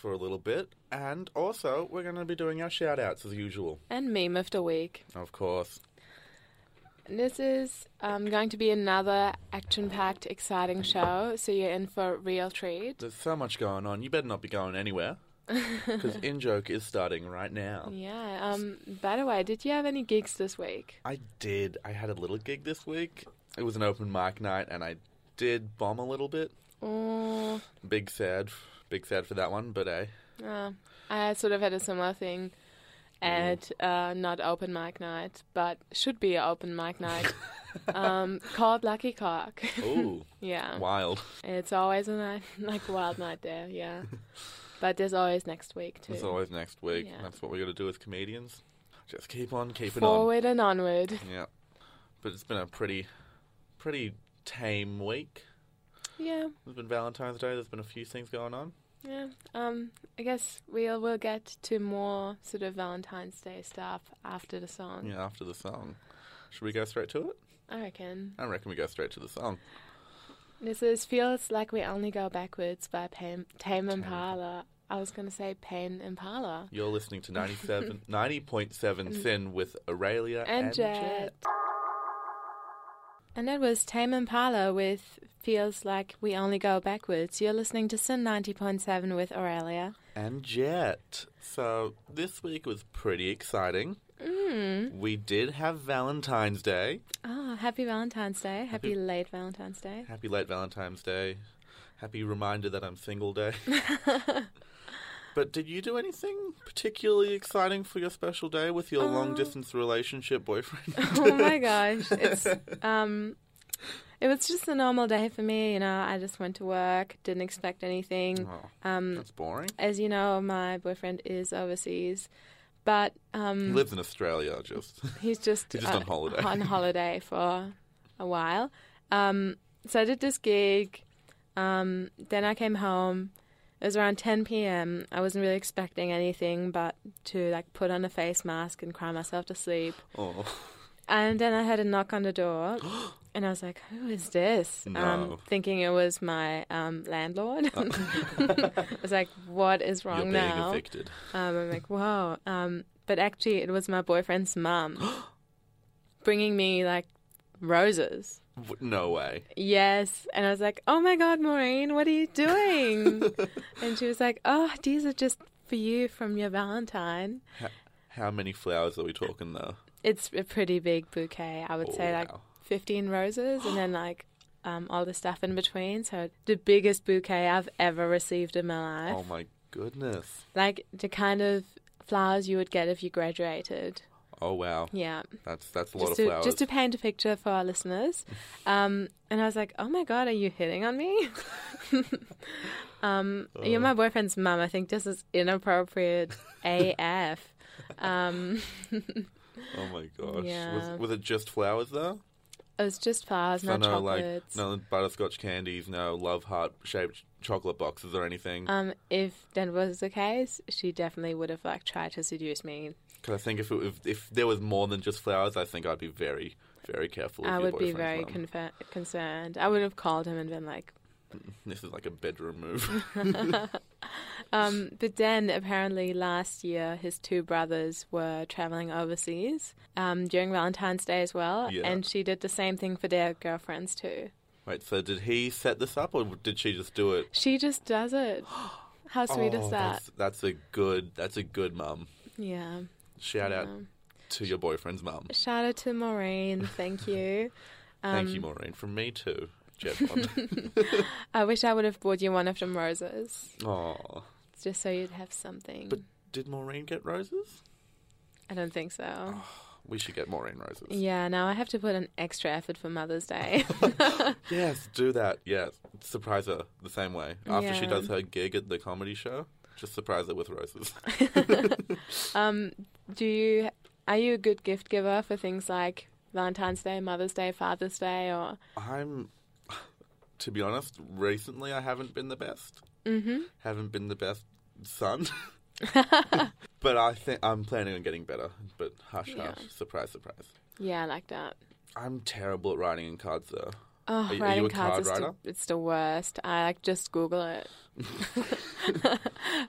for a little bit. And also, we're going to be doing our shout outs as usual, And meme of the week. of course. And This is um, going to be another action packed, exciting show, so you're in for a real treat. There's so much going on. You better not be going anywhere. Because In Joke is starting right now. Yeah, um, by the way, did you have any gigs this week? I did. I had a little gig this week. It was an open mic night, and I did bomb a little bit. Oh, Big sad. Big sad for that one, but eh. uh, I sort of had a similar thing at uh, not open mic night, but should be an open mic night, um, called Lucky Cock. Ooh, yeah. wild. It's always a night, like wild night there, yeah. But there's always next week too. It's always next week. Yeah. That's what we got to do as comedians. Just keep on keeping on. Forward and onward. Yeah. But it's been a pretty, pretty tame week. Yeah, There's been Valentine's Day. There's been a few things going on. yeah. Um, I guess we'll we'll get to more sort of Valentine's Day stuff after the song. Yeah, after the song. Should we go straight to it? I reckon. I reckon we go straight to the song. This is Feels Like We Only Go Backwards by Pam, Tame Impala. I was going to say Pain Impala. You're listening to 97, 90.7 Sin with Aurelia And, and, Jet. And that was Tame Impala with Feels Like We Only Go Backwards. You're listening to Sin 90.7 with Aurelia. And Jet. So this week was pretty exciting. Mm. We did have Valentine's Day. Ah, happy Valentine's Day. Happy, Happy- late Valentine's Day. Happy late Valentine's Day. Happy reminder that I'm single day. but did you do anything particularly exciting for your special day with Um, your long distance relationship boyfriend? oh my gosh. It's um it was just a normal day for me, you know. I just went to work, didn't expect anything. Oh, Um that's boring. as you know, my boyfriend is overseas, but um Lives in Australia, just. He's just uh, He's just on holiday. on holiday for a while. Um, so I did this gig. Um, then I came home. It was around 10 p.m. I wasn't really expecting anything but to like put on a face mask and cry myself to sleep. Oh, And then I had a knock on the door, and I was like, "Who is this?" Um, No. Uh. thinking it was my um, landlord. I was like, "What is you're wrong being now?" evicted. Um, I'm like, whoa. Um, but actually, it was my boyfriend's mum bringing me like roses. W- No way. Yes. And I was like, oh my God, Maureen, what are you doing? and she was like, oh, these are just for you from your Valentine. How many flowers are we talking, though? It's a pretty big bouquet. I would say Oh, like wow. 15 roses and then like um, all the stuff in between. So the biggest bouquet I've ever received in my life. Oh my goodness. Like the kind of flowers you would get if you graduated. Oh wow. Yeah. That's that's a lot just of to, flowers. just to paint a picture for our listeners. Um, and I was like, oh my God, are you hitting on me? um, Uh. You're my boyfriend's mum. I think this is inappropriate AF. Um, oh my gosh. Yeah. Was, was it just flowers though? it was just flowers, So not no, like chocolates. no butterscotch candies, no love heart shaped chocolate boxes or anything. Um, if that was the case, she definitely would have like tried to seduce me. Because I think if, it, if if there was more than just flowers, I think I'd be very very careful. Of I your would be boyfriend's very mum. confer- concerned. I would have called him and been like, This is like a bedroom move. Um, but then apparently last year his two brothers were traveling overseas um, during Valentine's Day as well, Yeah. and she did the same thing for their girlfriends too. Wait, so did he set this up or did she just do it? She just does it. How sweet Oh, is that? That's, that's a good. That's a good mum. Yeah. Shout out Um, to your boyfriend's mum. Shout out to Maureen. Thank you. Thank Um, you, Maureen, from me too. Jet pod. I wish I would have bought you one of them roses, Aw. just so you'd have something. But did Maureen get roses? I don't think so. Oh, We should get Maureen roses. Yeah. Now I have to put an extra effort for Mother's Day. Yes, do that. Yes. Surprise her the same way. After she Yeah. does her gig at the comedy show, just surprise her with roses. Do you are you a good gift giver for things like Valentine's Day, Mother's Day, Father's Day, or I'm, to be honest, recently I haven't been the best. Mm-hmm. Haven't been the best son. but I think I'm planning on getting better. But hush, Yeah. hush. Surprise, surprise. yeah, like that? I'm terrible at writing in cards, though. Oh, Are you- are you writing a cards card is the, writer? it's the worst. I like just Google it.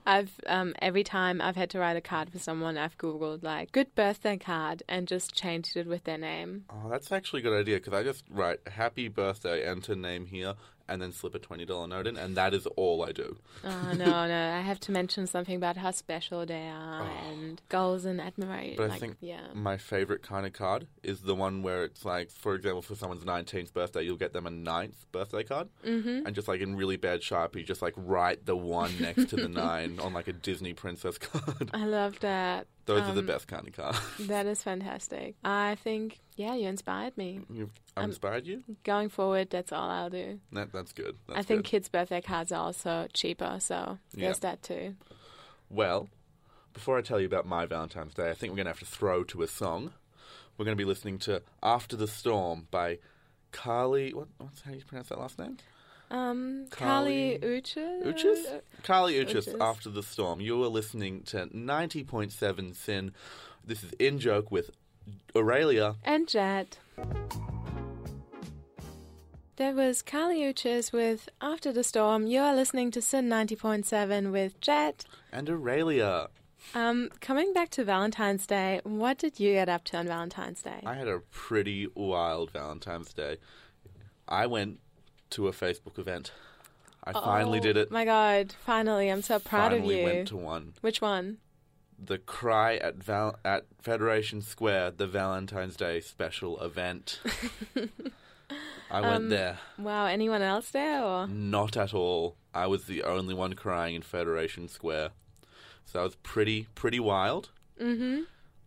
I've um, every time I've had to write a card for someone, I've googled like "good birthday card" and just changed it with their name. Oh, that's actually a good idea because I just write happy birthday, enter name here, and then slip a $20 note in, and that is all I do. Oh no, no! I have to mention something about how special they are Oh. and goals and admiration. But I like, think- yeah, My favorite kind of card is the one where it's like, for example, for someone's 19th birthday, you'll get them a 9th birthday card, mm-hmm. and just like in really bad Sharpie, just like write the one next to the nine on like a Disney princess card. I love that. Those are the Um, best kind of cards. That is fantastic. I think yeah, you inspired me. You've I um, inspired you? Going forward, that's all I'll do. That, that's good. That's I think good. kids' birthday cards are also cheaper, so Yeah. there's that too. Well, before I tell you about my Valentine's Day, I think we're going to have to throw to a song. We're going to be listening to After the Storm by Carly. What, what's how do you pronounce that last name? Um, Carly Carly- Uchis. Uchis? Carly Uchis, Uchis. After the Storm. You are listening to 90.7 Sin. This is In Joke with Aurelia. And Jet. That was Carly Uchis with After the Storm. You are listening to Sin 90.7 with Jet. And Aurelia. Um, coming back to Valentine's Day, what did you get up to on Valentine's Day? I had a pretty wild Valentine's Day. I went to a Facebook event. I finally Oh, did it. My God, finally. I'm so proud of finally you. went to one. Which one? the cry at Val- at Federation Square, the Valentine's Day special event. I Um, went there. Wow, anyone else there? Or? Not at all. I was the only one crying in Federation Square, so that was pretty pretty wild. Mm-hmm.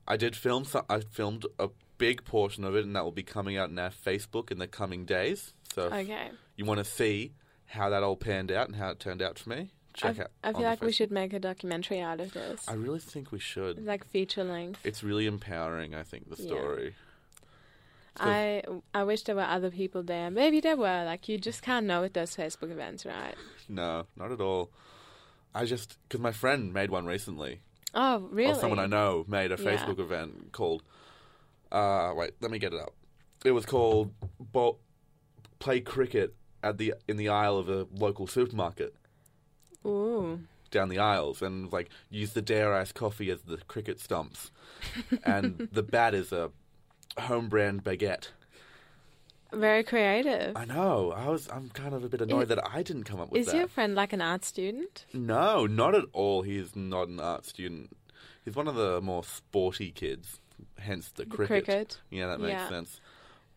I did film. So- I filmed a big portion of it, and that will be coming out on our Facebook in the coming days. So if Okay. you want to see how that all panned out and how it turned out for me? Check I, out. I on feel the like we Facebook. should make a documentary out of this. I really think we should. like feature length. It's really empowering. I think the Mm. Yeah. story. So- I I wish there were other people there. Maybe there were. Like you just can't know with those Facebook events, right? No, not at all. I just because my friend made one recently, Oh, really? or someone I know made a Yeah. Facebook event called. Uh, wait, let me get it up. It was called bo- "Play Cricket at the in the aisle of a local supermarket Ooh. down the aisles," and it was like use the dare ice coffee as the cricket stumps, and the bat is a home brand baguette. Very creative. I know. I was. I'm kind of a bit annoyed that I didn't come up with Is that. your friend like an art student? No, not at all. He is not an art student. He's one of the more sporty kids, hence the cricket. cricket. Yeah, that makes Yeah. sense.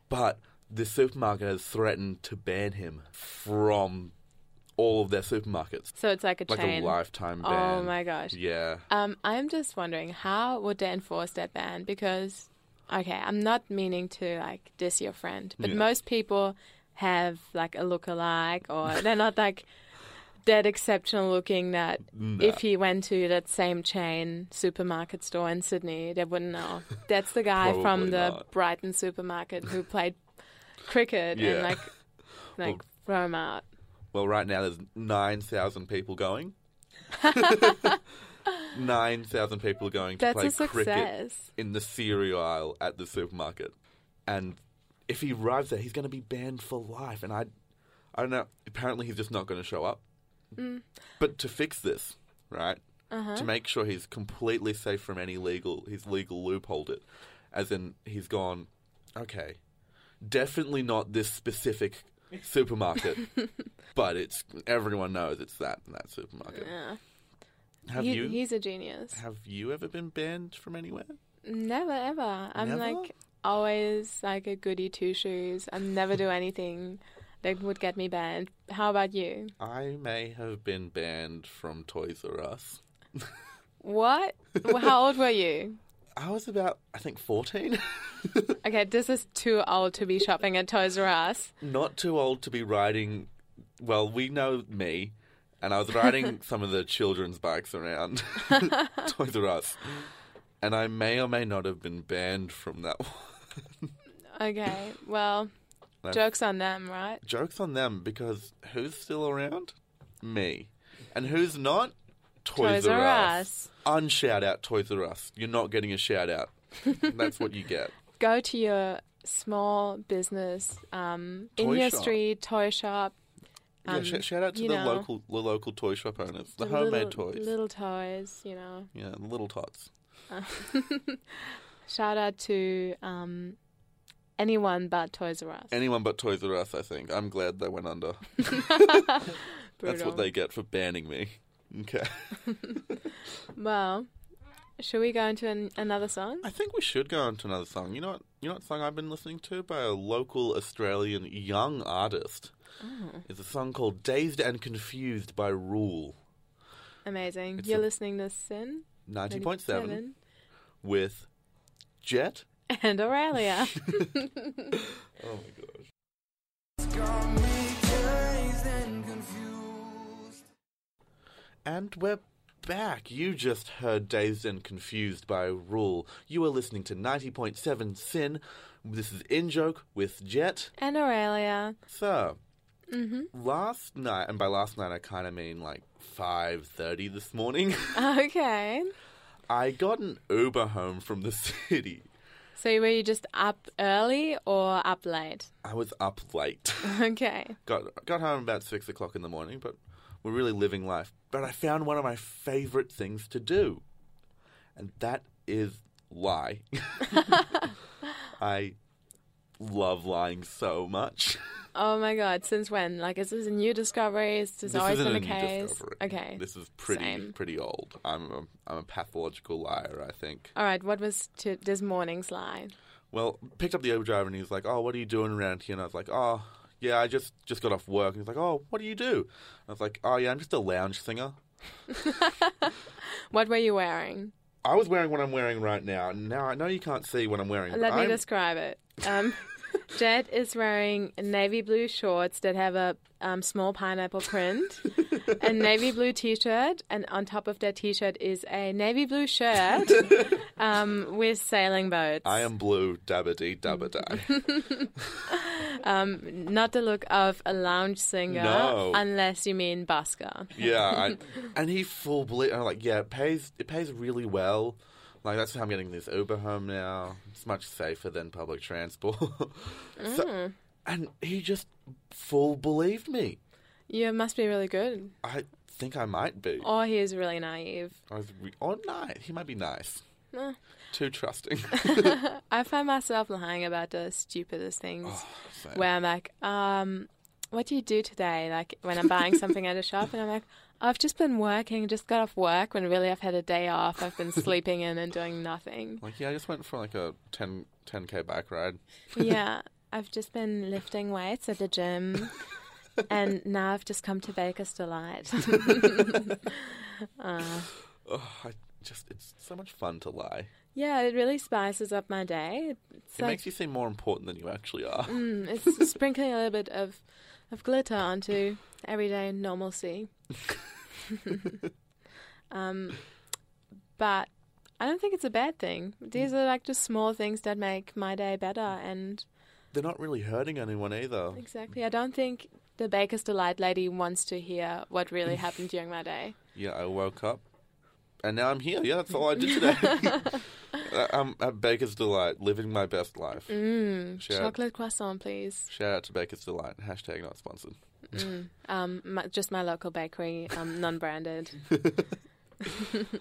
But the supermarket has threatened to ban him from all of their supermarkets. So it's like a Like chain. a lifetime oh ban. my gosh. Yeah. Um, I'm just wondering how would they enforce that ban? Because okay, I'm not meaning to like diss your friend, but Yeah. most people have like a look-alike, or they're not like that exceptional looking that Nah. if he went to that same chain supermarket store in Sydney, they wouldn't know. That's the guy Probably from the not. Brighton supermarket who played cricket Yeah. and like like throw him out. Well, right now there's 9,000 people going. 9,000 people are going to That's play a cricket success. in the cereal aisle at the supermarket. And if he arrives there, he's going to be banned for life. And I, I don't know. Apparently, he's just not going to show up. Mm. But to fix this, right, Uh-huh. to make sure he's completely safe from any legal, his legal loopholed it, as in he's gone, okay, definitely not this specific supermarket, but it's everyone knows it's that that supermarket. Yeah. Have He- you He's a genius. have you ever been banned from anywhere? Never ever. I'm Never? like always like a goody two shoes. I never do anything that would get me banned. How about you? I may have been banned from Toys R Us. What? Well, How old were you? I was about, I think, 14. Okay, this is too old to be shopping at Toys R Us. Not too old to be riding. Well, we know me, and I was riding some of the children's bikes around Toys R Us. And I may or may not have been banned from that one. Okay, well, That's- jokes on them, right? Joke's on them because who's still around? Me. And who's not? Toys, R, Us. Unshout out Toys R Us. You're not getting a shout out. That's what you get. Go to your small business um, in Toy your shop. street toy shop Um, yeah, sh- shout out to you the know, local the local toy shop owners, the, the homemade little- toys. Little toys, you know. Yeah, the little tots. Uh, Shout out to um, anyone but Toys R Us. Anyone but Toys R Us, I think. I'm glad they went under. That's Brutal. what they get for banning me. Okay. Well, should we go into an- another song? I think we should go on to another song. You know what? You know what song I've been listening to by a local Australian young artist. Oh, It's a song called "Dazed and Confused" by Rule amazing. It's You're a- listening to Sin ninety point seven 97 with Jet. and Aurelia. Oh my gosh. Got me dazed and confused. And we're back. You just heard Dazed and Confused by Rule. You are listening to 90.7 Sin. This is In Joke with Jet. and Aurelia. So, Mm-hmm. last night, and by last night I kind of mean like 5.30 this morning, Okay. I got an Uber home from the city. So were you just up early or up late? I was up late. Okay. Got, got home about 6 o'clock in the morning, but we're really living life. But I found one of my favourite things to do, and that is lie. I love lying so much. Oh my god, since when? Like, is this a new discovery? Has this, always been the case? Okay. This is pretty Same. pretty old. I'm a, I'm a pathological liar, I think. All right, what was to this morning's line? Well, picked up the Uber driver and he was like, "Oh, what are you doing around here?" And I was like, "Oh, yeah, I just just got off work." And he's like, "Oh, what do you do?" I was like, "Oh, yeah, I'm just a lounge singer." What were you wearing? I was wearing what I'm wearing right now. Now I know you can't see what I'm wearing. Let but me I'm- describe it. Um, Jed is wearing navy blue shorts that have a um, small pineapple print, a navy blue t-shirt, and on top of that t-shirt is a navy blue shirt um, with sailing boats. I am blue, dabbity dabbadai. Not the look of a lounge singer, No. unless you mean busker. yeah, I, and he full ble- I'm like, yeah, it pays. It pays really well. Like that's how I'm getting this Uber home now. It's much safer than public transport. so, Mm. And he just full believed me. You must be really good, I think I might be. or he is really naive. I was re- or nice. He might be nice. Eh. Too trusting. I find myself lying about the stupidest things. So, where I'm like, um, what do you do today? Like when I'm buying something at a shop, and I'm like, I've just been working, just got off work. When really I've had a day off. I've been sleeping in and doing nothing. like yeah, I just went for like a 10 10k bike ride. Yeah, I've just been lifting weights at the gym, and now I've just come to Baker's Delight. uh, Oh, I just it's so much fun to lie. yeah, it really spices up my day. It's It like makes you seem more important than you actually are. mm, it's sprinkling a little bit of of glitter onto everyday normalcy. um, but I don't think it's a bad thing. These are like just small things that make my day better, and They're not really hurting anyone either. exactly, I don't think the Baker's Delight lady wants to hear what really happened during my day. Yeah, I woke up and now I'm here. Yeah, that's all I did today. I- I'm at Baker's Delight, living my best life. Mm, Shout- chocolate croissant, please. Shout out to Baker's Delight. Hashtag not sponsored. Mm, um, my, just my local bakery, um, non-branded.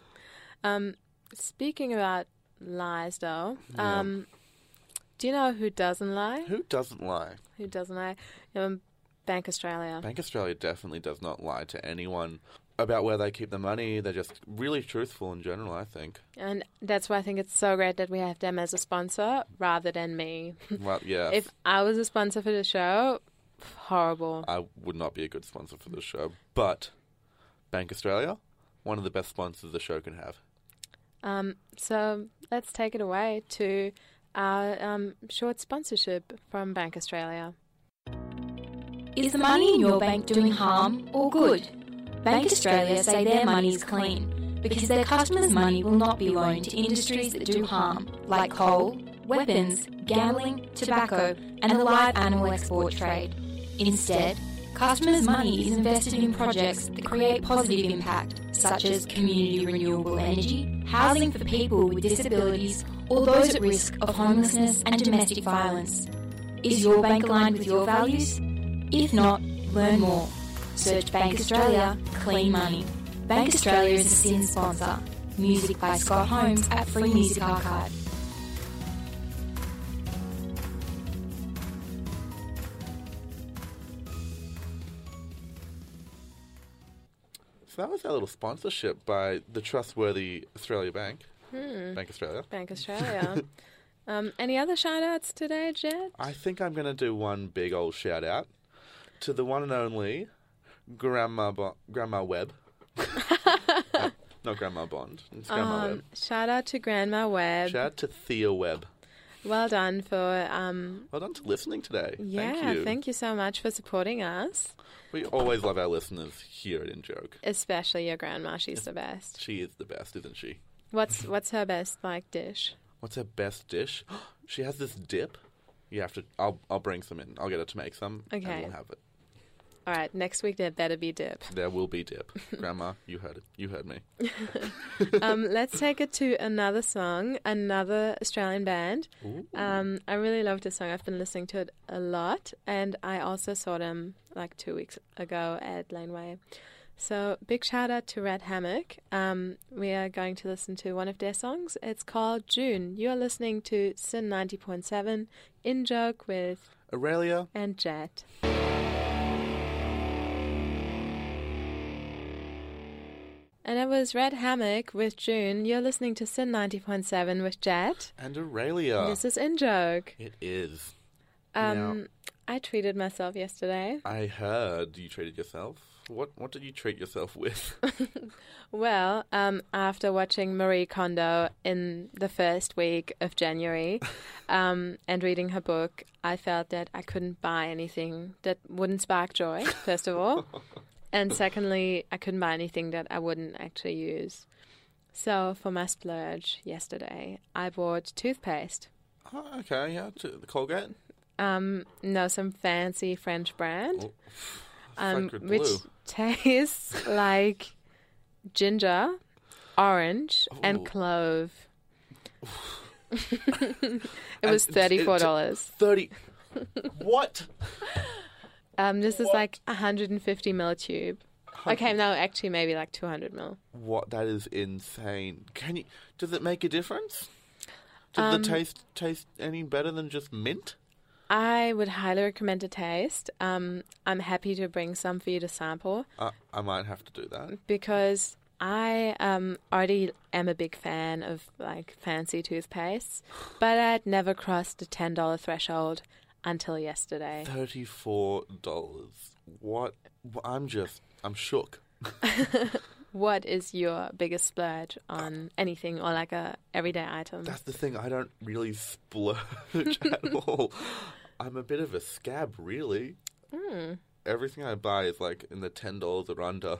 um, speaking about lies, though, Yeah. um, do you know who doesn't lie? Who doesn't lie? Who doesn't lie? Um, Bank Australia. Bank Australia definitely does not lie to anyone about where they keep the money. They're just really truthful in general, I think. And that's why I think it's so great that we have them as a sponsor rather than me. Well, yeah. If I was a sponsor for the show, horrible. I would not be a good sponsor for this show, but Bank Australia, one of the best sponsors the show can have. Um, so let's take it away to our um, short sponsorship from Bank Australia. Is the money in your bank doing harm or good? Bank Australia say their money is clean because their customers' money will not be loaned to industries that do harm, like coal, weapons, gambling, tobacco, and the live animal export trade. Instead, customers' money is invested in projects that create positive impact, such as community renewable energy, housing for people with disabilities, or those at risk of homelessness and domestic violence. Is your bank aligned with your values? If not, learn more search Bank Australia Clean Money. Bank Australia is a sin sponsor. Music by Scott Holmes at Free Music Archive. So that was our little sponsorship by the trustworthy Australia Bank, Hmm. Bank Australia. Bank Australia. um, any other shout outs today, Jed? I think I'm going to do one big old shout out to the one and only Grandma Bo- Grandma Webb. No, not Grandma Bond. It's Grandma Um, Webb. shout out to Grandma Webb. Shout out to Thea Webb. Well done for um Well done to listening today. yeah, thank you. so much for supporting us, we always love our listeners here at In Joke. especially your grandma. She's the best. She is the best, isn't she? What's what's her best like dish? What's her best dish? she has this dip. You have to. I'll I'll bring some in. I'll get her to make some, Okay. and we'll have it. All right, next week there better be dip. There will be dip. Grandma, you heard it. You heard me. Um, let's take it to another song, another Australian band. Um, I really love this song. I've been listening to it a lot, and I also saw them like two weeks ago at Laneway. So big shout out to Red Hammock. Um, we are going to listen to one of their songs. It's called June. You are listening to Sin ninety point seven in joke with Aurelia, and Jet. And it was Red Hammock with June. You're listening to Sin 90.7 with Jet. and Aurelia. This is In Joke. It is. Um, Now- I treated myself yesterday. I heard you treated yourself. What What did you treat yourself with? Well, um, after watching Marie Kondo in the first week of January um, and reading her book, I felt that I couldn't buy anything that wouldn't spark joy, first of all. and secondly, I couldn't buy anything that I wouldn't actually use. So for my splurge yesterday, I bought toothpaste. oh, okay, yeah, to the Colgate. Um, no, some fancy French brand, Oh, um, Sacred which blue. tastes like ginger, orange, Ooh. and clove. it And was it- it- thirty-four dollars. Thirty. what? Um, this is What? like hundred and fifty ml tube. Okay, no, actually, maybe like two hundred ml. What? That is insane. Can you? Does it make a difference? Did Um, the taste taste any better than just mint? I would highly recommend a taste. Um, I'm happy to bring some for you to sample. Uh, I might have to do that. because I um, already am a big fan of like fancy toothpastes, but I'd never crossed the ten dollar threshold until yesterday. Thirty-four dollars. What? I'm just. I'm shook. What is your biggest splurge on anything or like a everyday item? That's the thing. I don't really splurge at all. I'm a bit of a scab, really. Everything I buy is like in the ten dollars or under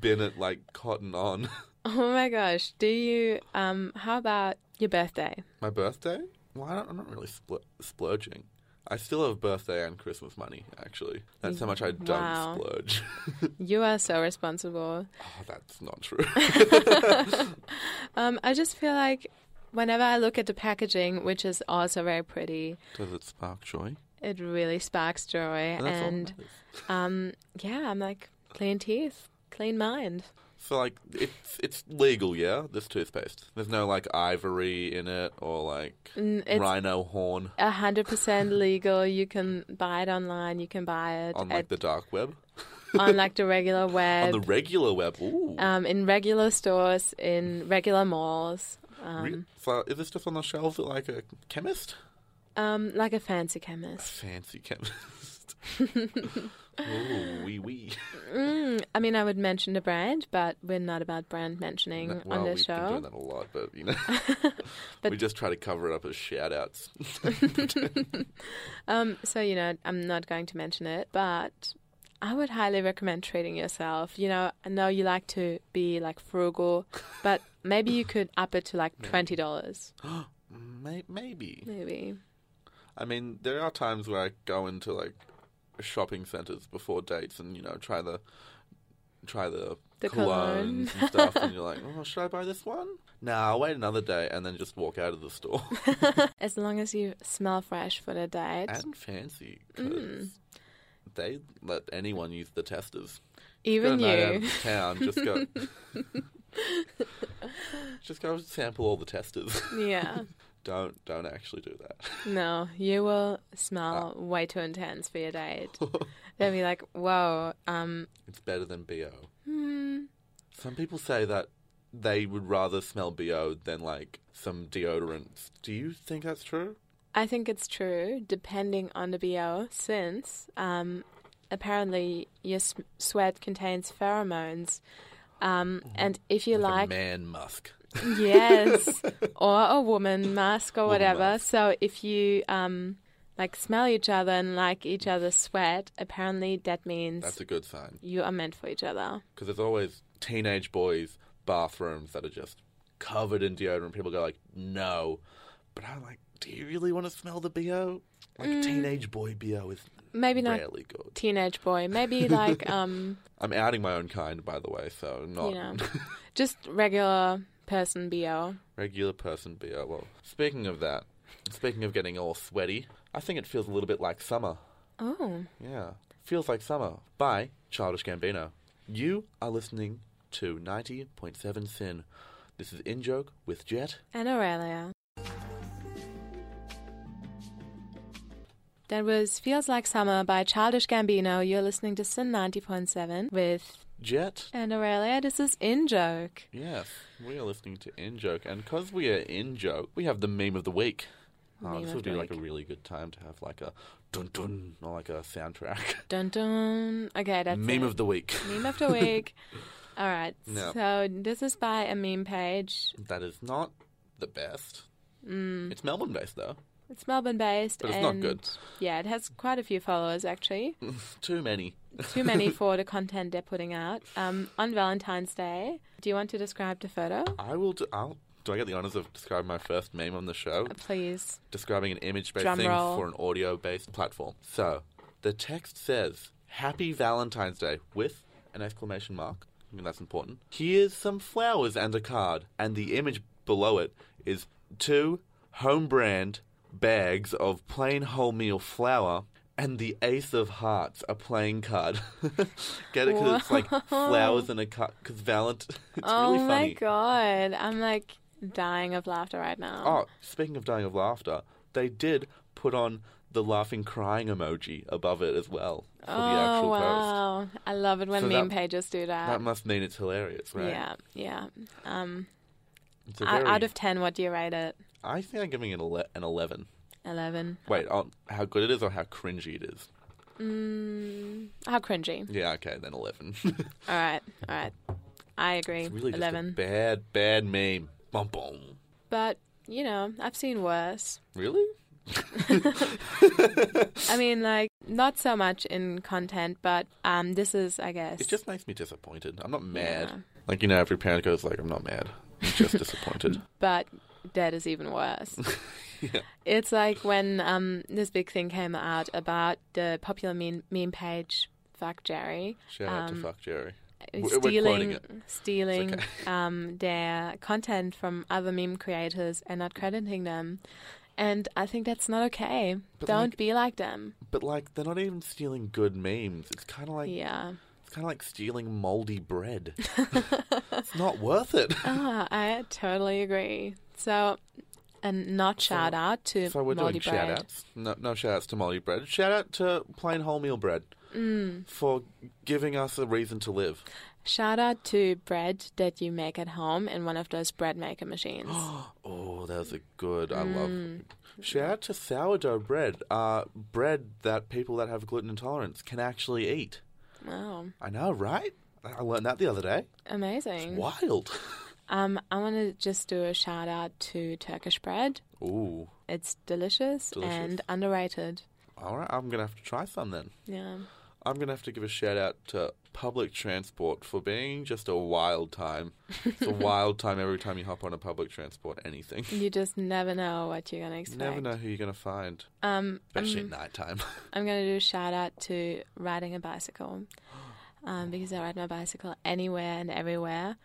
bin at like Cotton On. Oh my gosh! Do you um? How about your birthday? My birthday? Well, I don't, I'm not really spl- splurging. I still have birthday and Christmas money. Actually, that's how much I don't Wow. splurge. You are so responsible. oh, that's not true. Um, I just feel like whenever I look at the packaging, which is also very pretty, Does it spark joy? it really sparks joy And that's all that and. matters. Um, yeah, I'm like clean teeth, clean mind. So like it's it's legal, yeah. This toothpaste. There's no like ivory in it or like N- it's- rhino horn A hundred percent legal. You can buy it online. You can buy it on like at, the dark web, on like the regular on web, the regular web. Ooh, um, in regular stores, in regular malls, Re- um, so is this just on the shelves at like a chemist? um, like a fancy chemist. Fancy chemist. Ooh, wee wee. Mm, I mean, I would mention the brand, but we're not about brand mentioning Well, on this we've been doing show. that a lot, but you know, But- we just try to cover it up as shout outs. Um, so you know, I'm not going to mention it, but I would highly recommend treating yourself. You know, I know you like to be like frugal, but maybe you could up it to like twenty dollars, May- maybe. maybe. I mean, there are times where I go into like shopping centers before dates, and you know, try the try the, The colognes and stuff, and you're like, oh, should I buy this one? Nah, I'll wait another day, and then just walk out of the store As long as you smell fresh for the date. and fancy. 'cause they let anyone use the testers. Even Go a night out you. of town, just go. just go sample all the testers. yeah. don't don't actually do that. No, you will Ah. smell way too intense for your date. They'll be like, whoa, um, It's better than bo. hmm, Some people say that they would rather smell bo than like some deodorants. Do you think that's true? I think it's true, depending on the BO, since um, apparently your s- sweat contains pheromones. Um, and if you Like a like, man musk. yes, or a woman mask or Woman whatever. mask. So if you um, like smell each other and like each other's sweat, apparently that means That's a good sign you are meant for each other. because there's always teenage boys bathrooms that are just covered in deodorant. People go like, no, but I'm like, do you really want to smell the bo? Like Mm. teenage boy bo is Maybe not rarely good. teenage boy. Maybe like um, I'm outing my own kind, by the way, so not you know, just regular person BO. regular person beer. Well, speaking of that, speaking of getting all sweaty, I think it feels a little bit like summer. Oh, Yeah. Feels Like Summer by Childish Gambino. You are listening to 90.7 Sin. This is In Joke with Jet. and Aurelia. That was Feels Like Summer by Childish Gambino. You're listening to Sin 90.7 with Jet? and Aurelia. This is In Joke. Yes, we are listening to In Joke. And because we are In Joke, we have the meme of the week. Oh, Meme this of would the be like a week. really good time to have like a dun dun or like a soundtrack. Dun dun. Okay, that's meme it. of the week. meme of the week. All right. No. So this is by a meme page. That is not the best. Mm. It's Melbourne based though. It's Melbourne based. But it's and not good. Yeah, it has quite a few followers actually. Too many. Too many for the content they're putting out. Um, on Valentine's Day, do you want to describe the photo? I will. Do, I'll, do I get the honors of describing my first meme on the show? Please. describing an image based Drum thing roll. for an audio based platform. So the text says, Happy Valentine's Day with an exclamation mark. I think that's important. Here's some flowers and a card. And the image below it is two home brand bags of plain wholemeal flour and the ace of hearts a playing card get it because it's like flowers and a card because valent it's oh really funny my god. I'm like dying of laughter right now. Oh, speaking of dying of laughter, they did put on the laughing crying emoji above it as well for the Oh, actual post. wow. I love it when So meme that- pages do that. That must mean it's hilarious, right? Yeah, yeah. Um, It's a o- very, out of 10, what do you rate it? I think I'm giving it ele- an 11. 11. Wait, on how good it is or how cringy it is? Mm, how cringy. Yeah, okay, then 11. All right, all right. I agree. it's really 11. just a bad, bad meme. Bum bum. But, you know, I've seen worse. Really? I mean, like, not so much in content, but um, this is, I guess. It just makes me disappointed. I'm not mad. Yeah. Like, you know, every parent goes like, I'm not mad. I'm just disappointed. But that is even worse. Yeah. It's like when um, this big thing came out about the popular meme, meme page, Fuck Jerry, Shout out to Um, fuck Jerry. uh, We're- we're quoting stealing, it. stealing okay. um, their content from other meme creators and not crediting them. And I think that's not okay. But, Don't like- be like them. But like, they're not even stealing good memes. It's kind of like yeah. It's kind of like stealing moldy bread. it's not worth it. Ah, I totally agree. So, and not shout out to So we're Moldy doing shout Bread. outs. No, no shout outs to moldy bread. Shout out to plain wholemeal bread Mm. for giving us a reason to live. Shout out to bread that you make at home in one of those bread maker machines. Oh, that was a good. I Mm. love. Shout out to sourdough bread. Uh, bread that people that have gluten intolerance can actually eat. wow, I know, right? I I learned that the other day. amazing! Wild. Um, I want to just do a shout out to Turkish bread. Ooh. It's delicious, Delicious. and underrated. All right, I'm gonna have to try some then. Yeah, I'm going to have to give a shout out to public transport for being just a wild time. It's a wild time every time you hop on a public transport, anything. you just never know what you're gonna You expect. never know who you're going to find, Um, especially I'm, at night time. I'm gonna do a shout out to riding a bicycle, um, because I ride my bicycle anywhere and everywhere.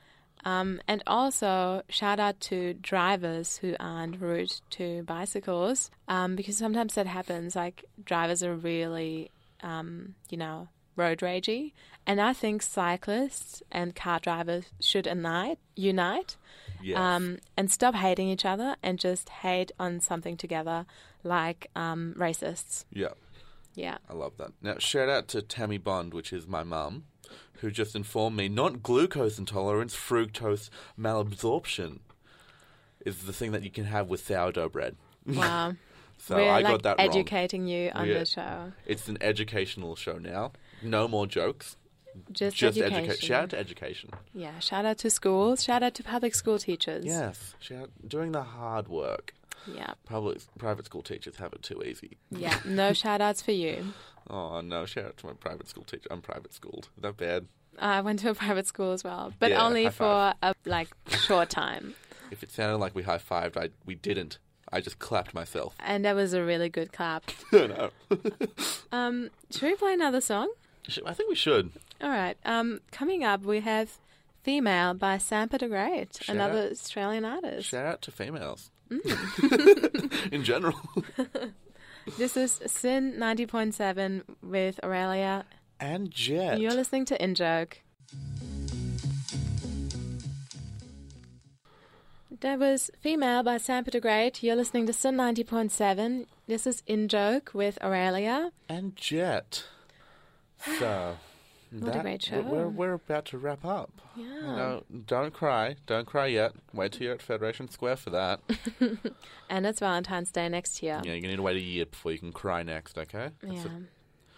Um, and also shout out to drivers who aren't rude to bicycles, um, because sometimes that happens. Like drivers are really um, you know, road ragey. And I think cyclists and car drivers should unite, unite Yes. um, and stop hating each other and just hate on something together, like um, racists. yeah. Yeah. I love that. Now, shout out to Tammy Bond, which is my mum, who just informed me not glucose intolerance, fructose malabsorption is the thing that you can have with sourdough bread. Wow. So We're I like got that wrong. educating you on We're- the show. It's an educational show now. No more jokes. Just, Just education. educate. Shout out to education. Yeah. Shout out to schools. Shout out to public school teachers. Yes. Shout doing the hard work. Yeah. Public private school teachers have it too easy. Yeah. No shout outs for you. Oh no! Shout out to my private school teacher. I'm private schooled. Is that bad? I went to a private school as well, but Yeah, only high for five. a like short time. If it sounded like we high fived, I we didn't. I just clapped myself. And that was a really good clap. No. Um, should we play another song? Sh- I think we should. All right. Um, coming up, we have Female by Sampa the Great, Shout another Australian artist. Shout out to females. Mm. In general. This is Sin 90.7 with Aurelia. And Jet. You're listening to In Joke. That was Female by Sampa the Great. You're listening to Sin 90.7. This is In Joke with Aurelia. and Jet. So. What a great we're- We're, show. we're about to wrap up. Yeah. No, don't cry. Don't cry yet. Wait till you're at Federation Square for that. And it's Valentine's Day next year. yeah, you're going to need to wait a year before you can cry next, okay? That's, Yeah. a,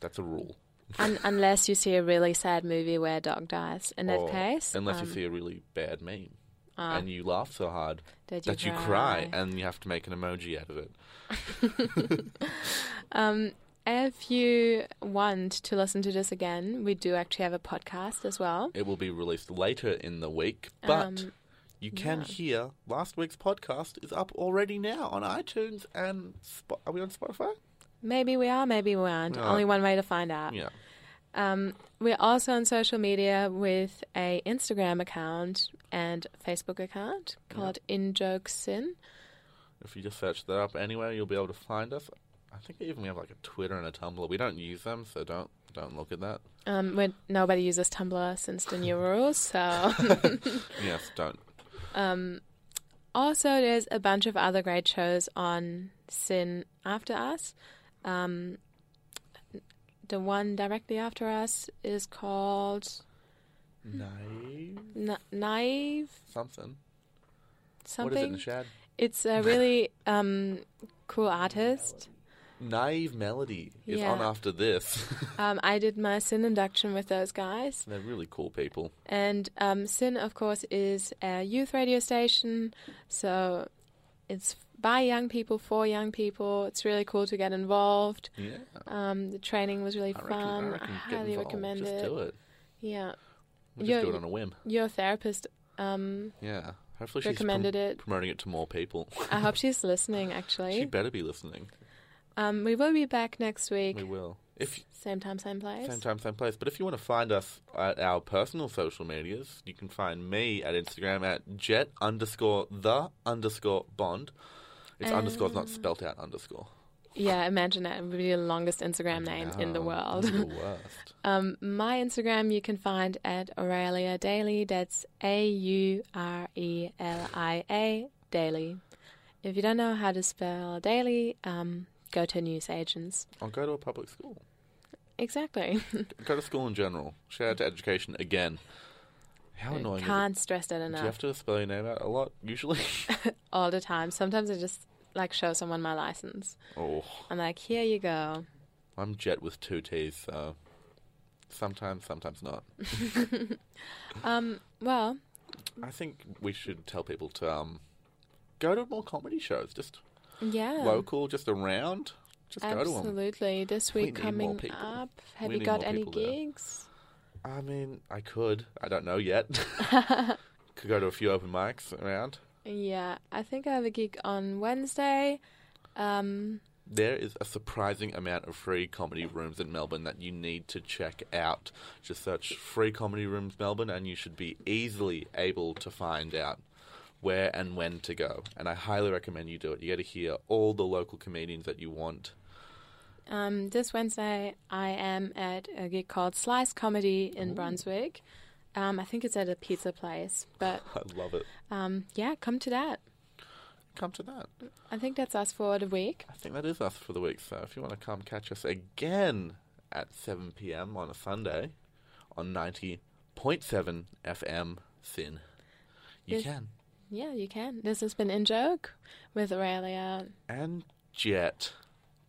that's a rule. Un- unless you see a really sad movie where a dog dies. In that Or- case, Unless um, you see a really bad meme. ah, and you laugh so hard did that you cry and you have to make an emoji out of it. Um, if you want to listen to this again, we do actually have a podcast as well. It will be released later in the week, but Um, you can yeah. hear last week's podcast is up already now on iTunes and Spo- are we on Spotify? Maybe we are, maybe we aren't. Yeah. Only one way to find out. Yeah, Um, we're also on social media with a Instagram account and Facebook account called In Joke Sin. if you just search that up anywhere, you'll be able to find us. I think even we have like a Twitter and a Tumblr. We don't use them, so don't don't look at that. Um, we nobody uses Tumblr since the new rules, so. Yes, don't. Um, also, there's a bunch of other great shows on Sin after us. Um, the one directly after us is called Naive N- Naive something. What is it, something. Nishad? it's a really um, cool artist. Naive Melody is Yeah. on after this. Um, I did my Sin induction with those guys. They're really cool people. And um, Sin, of course, is a youth radio station, so it's by young people for young people. It's really cool to get involved. Yeah. Um, the training was really I reckon, I fun. I, reckon get highly involved. recommend Just it. do it. Yeah, We just Yeah, do it you- on a whim. your therapist um, Yeah. Hopefully she's prom- recommended it. promoting it to more people. I hope she's listening. She Actually, better be listening. um, we will be back next week, We will. If same time, same place. same time, same place. But if you want to find us at our personal social medias, you can find me at Instagram at jet underscore the underscore bond. It's underscore's not spelt out underscore. Yeah, imagine that. It would be the longest Instagram name in the No, world. The worst. Um, my Instagram you can find at Aurelia Daily. That's A U R E L I A Daily. If you don't know how to spell daily, um, go to newsagents. I'll go to a public school. Exactly. Go to school in general. Shout out to education again. How annoying is Can't stress that it? Do enough. you have to spell your name out a lot usually? All the time. Sometimes I just like show someone my license. oh. I'm like, here you go. I'm Jet with two T's, so sometimes, sometimes not. Um, well, I think we should tell people to um, go to more comedy shows, just yeah. local, just around. Just go to them. Absolutely. This We week need more coming people. up. Have We you need got more any people there. gigs? I mean, I could. I don't know yet. could go to a few open mics around. Yeah, I think I have a gig on Wednesday. Um, There is a surprising amount of free comedy rooms in Melbourne that you need to check out. Just search free comedy rooms Melbourne and you should be easily able to find out where and when to go. And I highly recommend you do it. You get to hear all the local comedians that you want. Um, this Wednesday, I am at a gig called Slice Comedy in Brunswick. Um, I think it's at a pizza place, but I love it. um, yeah, come to that. Come to that. I think that's us for the week. I think that is us for the week. So if you want to come catch us again at 7 p.m. on a Sunday on 90.7 FM Sin, you Yes. can. Yeah, you can. This has been In Joke with Aurelia, And Jet,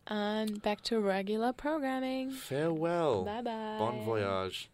and back to regular programming. farewell. Bye bye. Oh, Bon voyage.